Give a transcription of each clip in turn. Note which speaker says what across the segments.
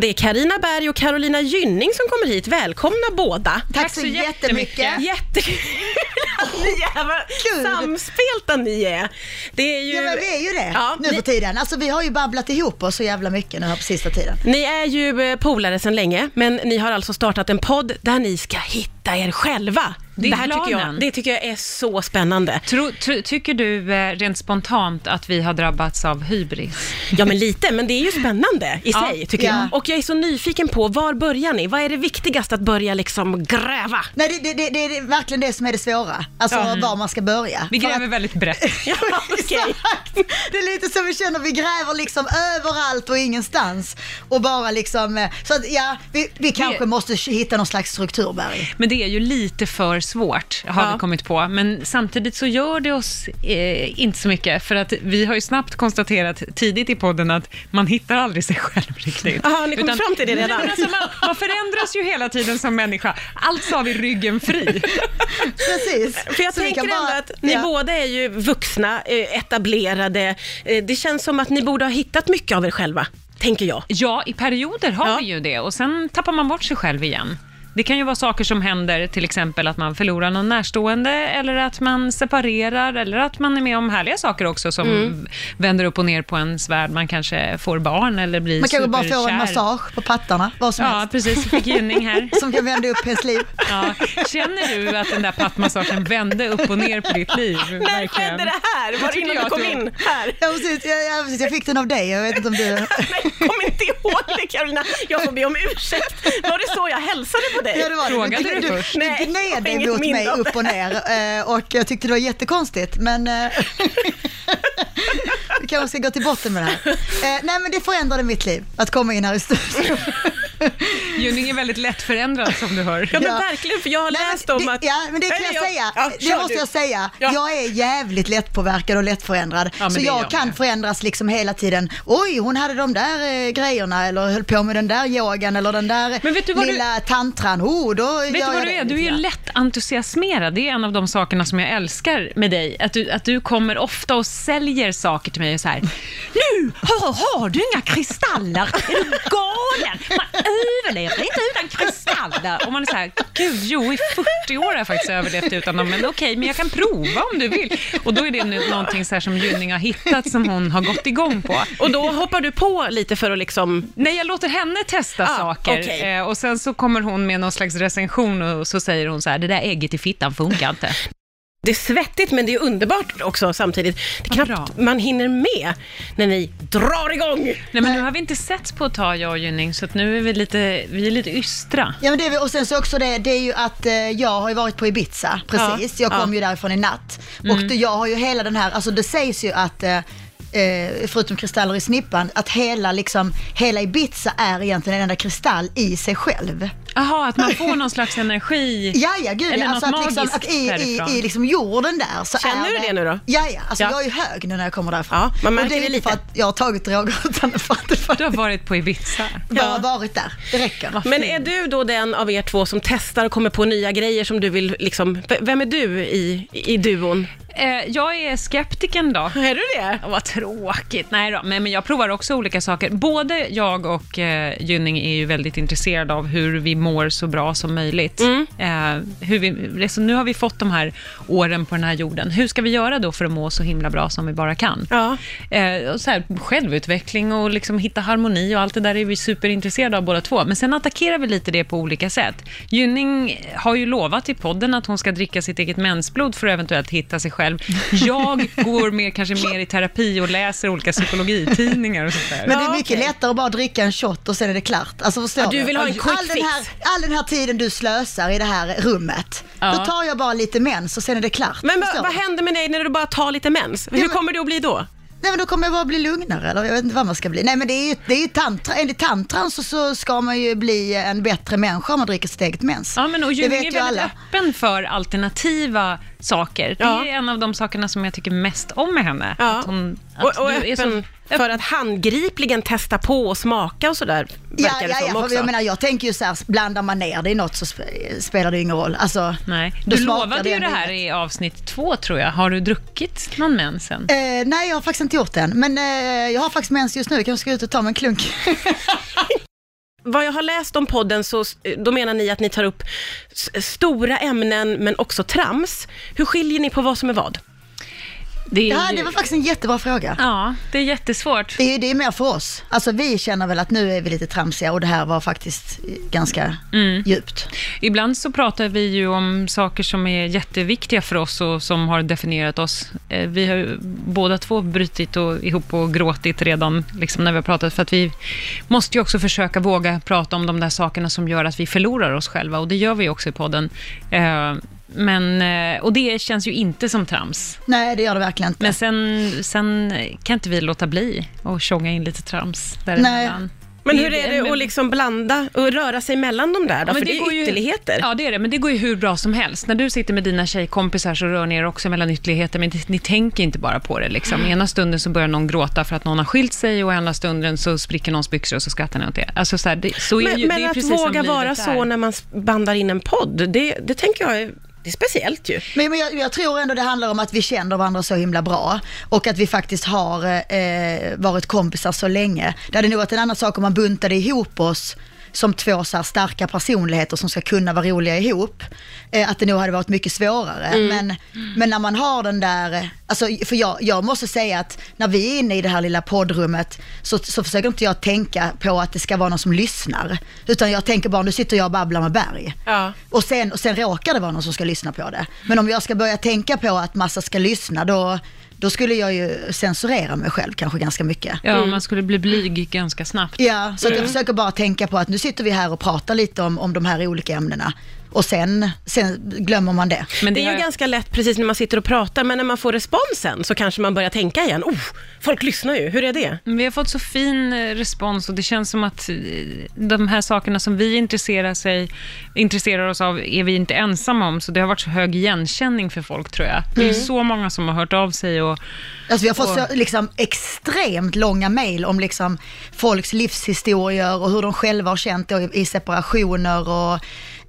Speaker 1: Det är Karina Berg och Carolina Gynning som kommer hit. Välkomna båda.
Speaker 2: Tack, så jättemycket.
Speaker 1: Jättekul att ni är, vad
Speaker 2: Kul.
Speaker 1: samspelta ni är. Det är ju...
Speaker 2: Ja men vi är ju det
Speaker 1: Ja,
Speaker 2: nu
Speaker 1: ni,
Speaker 2: för tiden. Alltså vi har ju babblat ihop oss så jävla mycket nu här på sista tiden.
Speaker 1: ni är ju eh, polare sedan länge, men ni har alltså startat en podd där ni ska hitta er själva.
Speaker 3: Det är
Speaker 1: här tycker jag,
Speaker 3: planen.
Speaker 1: det tycker jag är så spännande.
Speaker 3: Tro, tro, tycker du eh, rent spontant att vi har drabbats av hybris?
Speaker 1: Ja, men lite, men det är ju spännande i
Speaker 3: Ja.
Speaker 1: sig, tycker
Speaker 2: Ja.
Speaker 1: jag. Och jag är så nyfiken på, var börjar ni? Vad är det viktigaste att börja liksom gräva?
Speaker 2: Nej det, det, det, det är verkligen det som är det svåra. Alltså var man ska börja.
Speaker 3: Vi
Speaker 2: För
Speaker 3: gräver
Speaker 2: att-
Speaker 3: väldigt brett.
Speaker 1: Ja, okej.
Speaker 2: Exakt. Det är lite som vi känner, vi gräver liksom överallt och ingenstans. Och bara liksom, eh, så att ja, vi, vi kanske måste hitta någon slags struktur Berg.
Speaker 3: Men det är ju lite för svårt, har
Speaker 1: Ja.
Speaker 3: vi kommit på. Men samtidigt så gör det oss eh, inte så mycket, för att vi har ju snabbt konstaterat tidigt i podden att man hittar aldrig sig själv riktigt.
Speaker 1: Jaha, ni kom fram till det redan?
Speaker 3: Nej, men alltså, man, man förändras ju hela tiden som människa. Alltså har vi ryggen fri.
Speaker 2: Precis.
Speaker 1: För jag
Speaker 2: Så vi
Speaker 1: tänker
Speaker 2: kan
Speaker 1: ändå
Speaker 2: bara-
Speaker 1: att ni
Speaker 2: ja.
Speaker 1: båda är ju vuxna, eh, etablerade. Eh, Det känns som att ni borde ha hittat mycket av er själva, tänker jag.
Speaker 3: Ja, i perioder har
Speaker 1: Ja.
Speaker 3: vi ju det och sen tappar man bort sig själv igen. Det kan ju vara saker som händer, till exempel att man förlorar någon närstående eller att man separerar eller att man är med om härliga saker också som
Speaker 2: Mm.
Speaker 3: vänder upp och ner på ens värld. Man kanske får barn eller blir
Speaker 2: Man kanske bara får en
Speaker 3: superkär.
Speaker 2: massage på pattarna, vad som
Speaker 3: Ja,
Speaker 2: helst.
Speaker 3: precis. Fick gynning här.
Speaker 2: Som kan vända upp ens liv.
Speaker 3: Ja. Känner du att den där pattmassagen vände upp och ner på ditt liv?
Speaker 1: När skedde det här? Var det
Speaker 3: tycker
Speaker 1: innan du
Speaker 3: Mm, jag
Speaker 1: kom
Speaker 3: att du-
Speaker 1: in här?
Speaker 2: Ja, precis. Ja, ja, precis. Jag fick den av dig, jag vet inte om du...
Speaker 1: Nej, kom inte ihåg det Carolina. Jag får be om ursäkt. Var det så jag hälsade på dig?
Speaker 2: Ja, det var det.
Speaker 3: Frågade
Speaker 2: du,
Speaker 3: du
Speaker 2: du,
Speaker 3: först?
Speaker 2: du
Speaker 1: Nej, jag har
Speaker 2: gned dig
Speaker 1: inget
Speaker 2: mot
Speaker 1: minne
Speaker 2: mig
Speaker 1: av det.
Speaker 2: upp och ner eh, och jag tyckte det var jättekonstigt men eh, vi kanske ska gå till botten med det här. Eh, Nej men det förändrade mitt liv att komma in här i studion.
Speaker 3: Gynning är väldigt lätt förändrad som du hör.
Speaker 1: Ja, men
Speaker 2: Ja.
Speaker 1: verkligen, för jag har
Speaker 2: Nej, men
Speaker 1: läst om
Speaker 2: det,
Speaker 1: att...
Speaker 2: Ja, men det kan
Speaker 1: Eller
Speaker 2: jag säga.
Speaker 1: Ja,
Speaker 2: det
Speaker 1: kör
Speaker 2: måste
Speaker 1: du.
Speaker 2: jag säga.
Speaker 1: Ja.
Speaker 2: Jag är jävligt lättpåverkad och lättförändrad.
Speaker 3: men
Speaker 2: så
Speaker 3: det är
Speaker 2: jag
Speaker 3: jag
Speaker 2: kan
Speaker 3: med.
Speaker 2: förändras liksom hela tiden. Oj, hon hade de där eh, grejerna eller höll på med den där yogan eller den där
Speaker 3: Men vet du vad du-
Speaker 2: lilla tantran. Oh, då gör
Speaker 3: Vet du
Speaker 2: jag
Speaker 3: vad du
Speaker 2: det.
Speaker 3: är? Du är ju lätt entusiasmerad. Det är en av de sakerna som jag älskar med dig. Att du, att du kommer ofta och säljer saker till mig och så här. Nu har, har du inga kristaller! Är du galen? Man överlever inte utan kristaller! Och man är så här, gud jo, i 40 år har jag faktiskt överlevt utan dem. Men okej, men jag kan prova om du vill. Och då är det nu någonting så här som Gynning har hittat som hon har gått igång på.
Speaker 1: Och då hoppar du på lite för att liksom...
Speaker 3: Nej, jag låter henne testa
Speaker 1: Ah,
Speaker 3: saker
Speaker 1: okej.
Speaker 3: eh, och sen så kommer hon med någon slags recension och så säger hon så här, det där ägget i fittan funkar inte.
Speaker 1: Det är svettigt men det är underbart också samtidigt. Det är
Speaker 3: Vad
Speaker 1: knappt
Speaker 3: bra.
Speaker 1: man hinner med när ni drar igång.
Speaker 3: Nej, men nu har vi inte sett på ett tag, jag och Gynning, så att nu är vi lite, vi är lite ystra.
Speaker 2: Ja men det är, vi- och sen så också det, det är ju att eh, jag har ju varit på Ibiza, precis.
Speaker 1: Ja,
Speaker 2: jag kom
Speaker 1: ja. Mm.
Speaker 2: ju därifrån i natt. Och det, jag har ju hela den här, alltså det sägs ju att eh, eh, förutom kristaller i snippan, att hela, liksom, hela Ibiza är egentligen en enda kristall i sig själv.
Speaker 3: Jaha, att man får någon slags energi.
Speaker 2: Ja, ja, gud
Speaker 3: Eller
Speaker 2: ja.
Speaker 3: något
Speaker 2: alltså att, liksom,
Speaker 3: magiskt
Speaker 2: att i, i,
Speaker 3: därifrån.
Speaker 2: i liksom jorden där så
Speaker 1: Känner
Speaker 2: är
Speaker 1: du det nu då?
Speaker 2: Ja, ja, alltså
Speaker 1: Ja.
Speaker 2: jag är ju hög nu när jag kommer därifrån.
Speaker 1: Ja, man märker
Speaker 2: och det är
Speaker 1: det
Speaker 2: inte för
Speaker 1: lite.
Speaker 2: att jag har tagit droger utan för att det för
Speaker 3: Du har varit på Ibiza.
Speaker 2: bara
Speaker 1: Ja.
Speaker 2: varit där. Det räcker.
Speaker 1: Men är du då den av er två som testar och kommer på nya grejer som du vill liksom, v- vem är du i, i duon?
Speaker 3: Eh, jag är skeptiken då.
Speaker 1: Är du det?
Speaker 3: Ja, Vad tråkigt. Nej då, men, men jag provar också olika saker. Både jag och eh, Gynning är ju väldigt intresserade av hur vi mår så bra som möjligt.
Speaker 1: Mm.
Speaker 3: Eh, hur vi, liksom, nu har vi fått de här åren på den här jorden. Hur ska vi göra då för att må så himla bra som vi bara kan?
Speaker 1: Ja.
Speaker 3: Eh, och så här, självutveckling och liksom hitta harmoni och allt det där är vi superintresserade av båda två. Men sen attackerar vi lite det på olika sätt. Gynning har ju lovat i podden att hon ska dricka sitt eget mensblod för att eventuellt hitta sig själv. Jag går mer, kanske mer i terapi och läser olika psykologitidningar och sånt där.
Speaker 2: Men det
Speaker 1: Ja,
Speaker 2: är mycket
Speaker 1: okej.
Speaker 2: lättare att bara dricka en shot och sen är det klart. Alltså förstår
Speaker 1: Ja, du vill ha en quick
Speaker 2: all den, här,
Speaker 1: fix.
Speaker 2: all den här tiden du slösar i det här rummet,
Speaker 3: Ja.
Speaker 2: då tar jag bara lite mens och sen är det klart.
Speaker 1: Men
Speaker 2: Förstår
Speaker 1: vad, vad
Speaker 2: du?
Speaker 1: händer med dig när du bara tar lite mens? Hur
Speaker 2: men-
Speaker 1: kommer du att bli då?
Speaker 2: Nej men då kommer jag bara bli lugnare eller jag vet inte vad man ska bli. Nej men det är ju, det är ju tantra, enligt tantran så, så ska man ju bli en bättre människa om man dricker sitt eget mens.
Speaker 3: Ja, men och Gynning är
Speaker 2: ju
Speaker 3: väldigt öppen för alternativa saker.
Speaker 1: Ja.
Speaker 3: Det är en av de sakerna som jag tycker mest om med henne.
Speaker 1: Ja.
Speaker 3: Att hon, att
Speaker 1: Och, och
Speaker 3: du är så
Speaker 1: öppen för att handgripligen testa på och smaka och sådär,
Speaker 2: Ja,
Speaker 1: verkar det
Speaker 2: ja,
Speaker 1: som
Speaker 2: ja, för
Speaker 1: också.
Speaker 2: jag menar jag tänker ju så här, blandar man ner det i något så sp- spelar det ju ingen roll. Alltså,
Speaker 3: Nej,
Speaker 2: då
Speaker 3: du
Speaker 2: smakar
Speaker 3: lovade ju
Speaker 2: ändå
Speaker 3: det här
Speaker 2: inget.
Speaker 3: i avsnitt två tror jag. Har du druckit någon mens än?
Speaker 2: Eh, nej, jag har faktiskt inte gjort det än. Men eh, jag har faktiskt mens just nu. Jag kanske ska ut och ta mig en klunk.
Speaker 1: vad jag har läst om podden så eh, då menar ni att ni tar upp s- stora ämnen men också trams. Hur skiljer ni på vad som är vad?
Speaker 3: Det är
Speaker 2: Det, här,
Speaker 3: ju-
Speaker 2: det var faktiskt en jättebra fråga.
Speaker 3: Ja, det är jättesvårt.
Speaker 2: Det är, det är mer för oss. Alltså vi känner väl att nu är vi lite tramsiga och det här var faktiskt eh, ganska djupt.
Speaker 3: Ibland så pratar vi ju om saker som är jätteviktiga för oss och som har definierat oss. Eh, Vi har ju båda två brutit och, ihop och gråtit redan liksom när vi har pratat, för att vi måste ju också försöka våga prata om de där sakerna som gör att vi förlorar oss själva, och det gör vi ju också i podden. Eh, Men, eh, och det känns ju inte som trams.
Speaker 2: Nej, det gör det verkligen inte.
Speaker 3: Men sen, sen kan inte vi låta bli och tjonga in lite trams däremellan.
Speaker 1: Men
Speaker 3: Det
Speaker 1: hur är
Speaker 3: en-
Speaker 1: det att liksom blanda och röra sig mellan de där då?
Speaker 3: Ja, men
Speaker 1: För det, är
Speaker 3: går ju-
Speaker 1: ytterligheter.
Speaker 3: Ja, det är det. Men det går ju hur bra som helst. När du sitter med dina tjejkompisar så rör ni er också mellan ytterligheter, men ni tänker inte bara på det. Liksom.
Speaker 1: Mm.
Speaker 3: Ena stunden så börjar någon gråta för att någon har skilt sig och ena stunden så spricker någons byxor och så skrattar ni åt det. Alltså, så här, det så är
Speaker 1: Men,
Speaker 3: ju, det
Speaker 1: men
Speaker 3: är
Speaker 1: att
Speaker 3: precis som
Speaker 1: våga
Speaker 3: livet
Speaker 1: vara
Speaker 3: är.
Speaker 1: så när man bandar in en podd, det, det tänker jag är, det är speciellt ju.
Speaker 2: Men, men jag, jag tror ändå det handlar om att vi känner varandra så himla bra och att vi faktiskt har eh, varit kompisar så länge. Det hade nog varit en annan sak om man buntade ihop oss som två så här starka personligheter som ska kunna vara roliga ihop. Eh, att det nog hade varit mycket svårare. Men, men när man har den där, eh, alltså, för jag, jag måste säga att när vi är inne i det här lilla poddrummet så, så försöker inte jag tänka på att det ska vara någon som lyssnar. Utan jag tänker bara, nu sitter jag och babblar med Berg.
Speaker 1: Ja.
Speaker 2: Och sen, och sen råkar det vara någon som ska lyssna på det. Men om jag ska börja tänka på att massa ska lyssna, då, då skulle jag ju censurera mig själv kanske ganska mycket.
Speaker 3: Ja,
Speaker 1: Mm.
Speaker 3: man skulle bli blyg ganska snabbt.
Speaker 2: Ja, så att
Speaker 3: Mm.
Speaker 2: jag försöker bara tänka på att nu sitter vi här och pratar lite om, om de här olika ämnena. Och sen, sen glömmer man det.
Speaker 3: Men
Speaker 1: Det är ju
Speaker 3: har-
Speaker 1: ganska lätt precis när man sitter och pratar, men när man får responsen så kanske man börjar tänka igen. Oh, folk lyssnar ju, hur är det?
Speaker 3: Men Vi har fått så fin eh, respons och det känns som att eh, de här sakerna som vi intresserar, sig, intresserar oss av är vi inte ensamma om, så det har varit så hög igenkänning för folk tror jag. Det
Speaker 2: Mm.
Speaker 3: är så många som har hört av sig och
Speaker 2: Alltså vi har fått
Speaker 3: Och-
Speaker 2: så, liksom, extremt långa mejl om liksom, folks livshistorier och hur de själva har känt det i separationer och...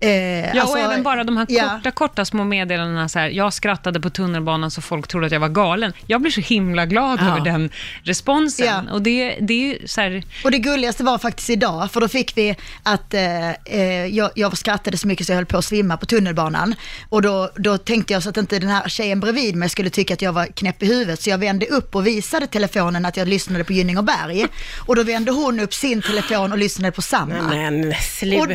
Speaker 2: eh,
Speaker 3: Ja,
Speaker 2: alltså-
Speaker 3: och även bara de här
Speaker 2: Ja.
Speaker 3: korta, korta små meddelandena. Så här, jag skrattade på tunnelbanan så folk trodde att jag var galen. Jag blir så himla glad
Speaker 1: Ja.
Speaker 3: över den responsen.
Speaker 2: Ja.
Speaker 3: Och det, det är ju så här,
Speaker 2: Och det gulligaste var faktiskt idag, för då fick vi att eh, eh, jag, jag skrattade så mycket så jag höll på att svimma på tunnelbanan. Och då, då tänkte jag så att inte den här tjejen bredvid mig skulle tycka att jag var knäpp i huvudet, så jag vände upp och visade telefonen att jag lyssnade på Gynning och Berg. Och då vände hon upp sin telefon och lyssnade på samma.
Speaker 1: Men sluta.
Speaker 2: och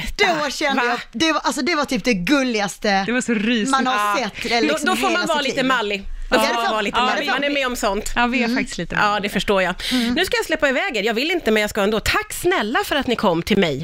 Speaker 2: då kände
Speaker 1: Va?
Speaker 2: jag, det var, alltså det var typ det gulligaste
Speaker 3: det var så rysigt.
Speaker 2: man
Speaker 1: Ja.
Speaker 2: har sett. eller Liksom
Speaker 1: då, då får
Speaker 2: hela
Speaker 1: man vara
Speaker 2: sitt
Speaker 1: lite
Speaker 2: liv.
Speaker 1: mallig. Då
Speaker 2: Ja,
Speaker 1: får
Speaker 2: det
Speaker 1: man
Speaker 2: får-
Speaker 1: vara lite
Speaker 2: ja, det
Speaker 1: mallig.
Speaker 2: får
Speaker 1: Man är med om sånt.
Speaker 3: Ja, vi är
Speaker 2: Mm.
Speaker 3: faktiskt lite
Speaker 1: Ja, det förstår jag. Nu ska jag släppa iväg er. Jag vill inte, men jag ska ändå. Tack snälla för att ni kom till mig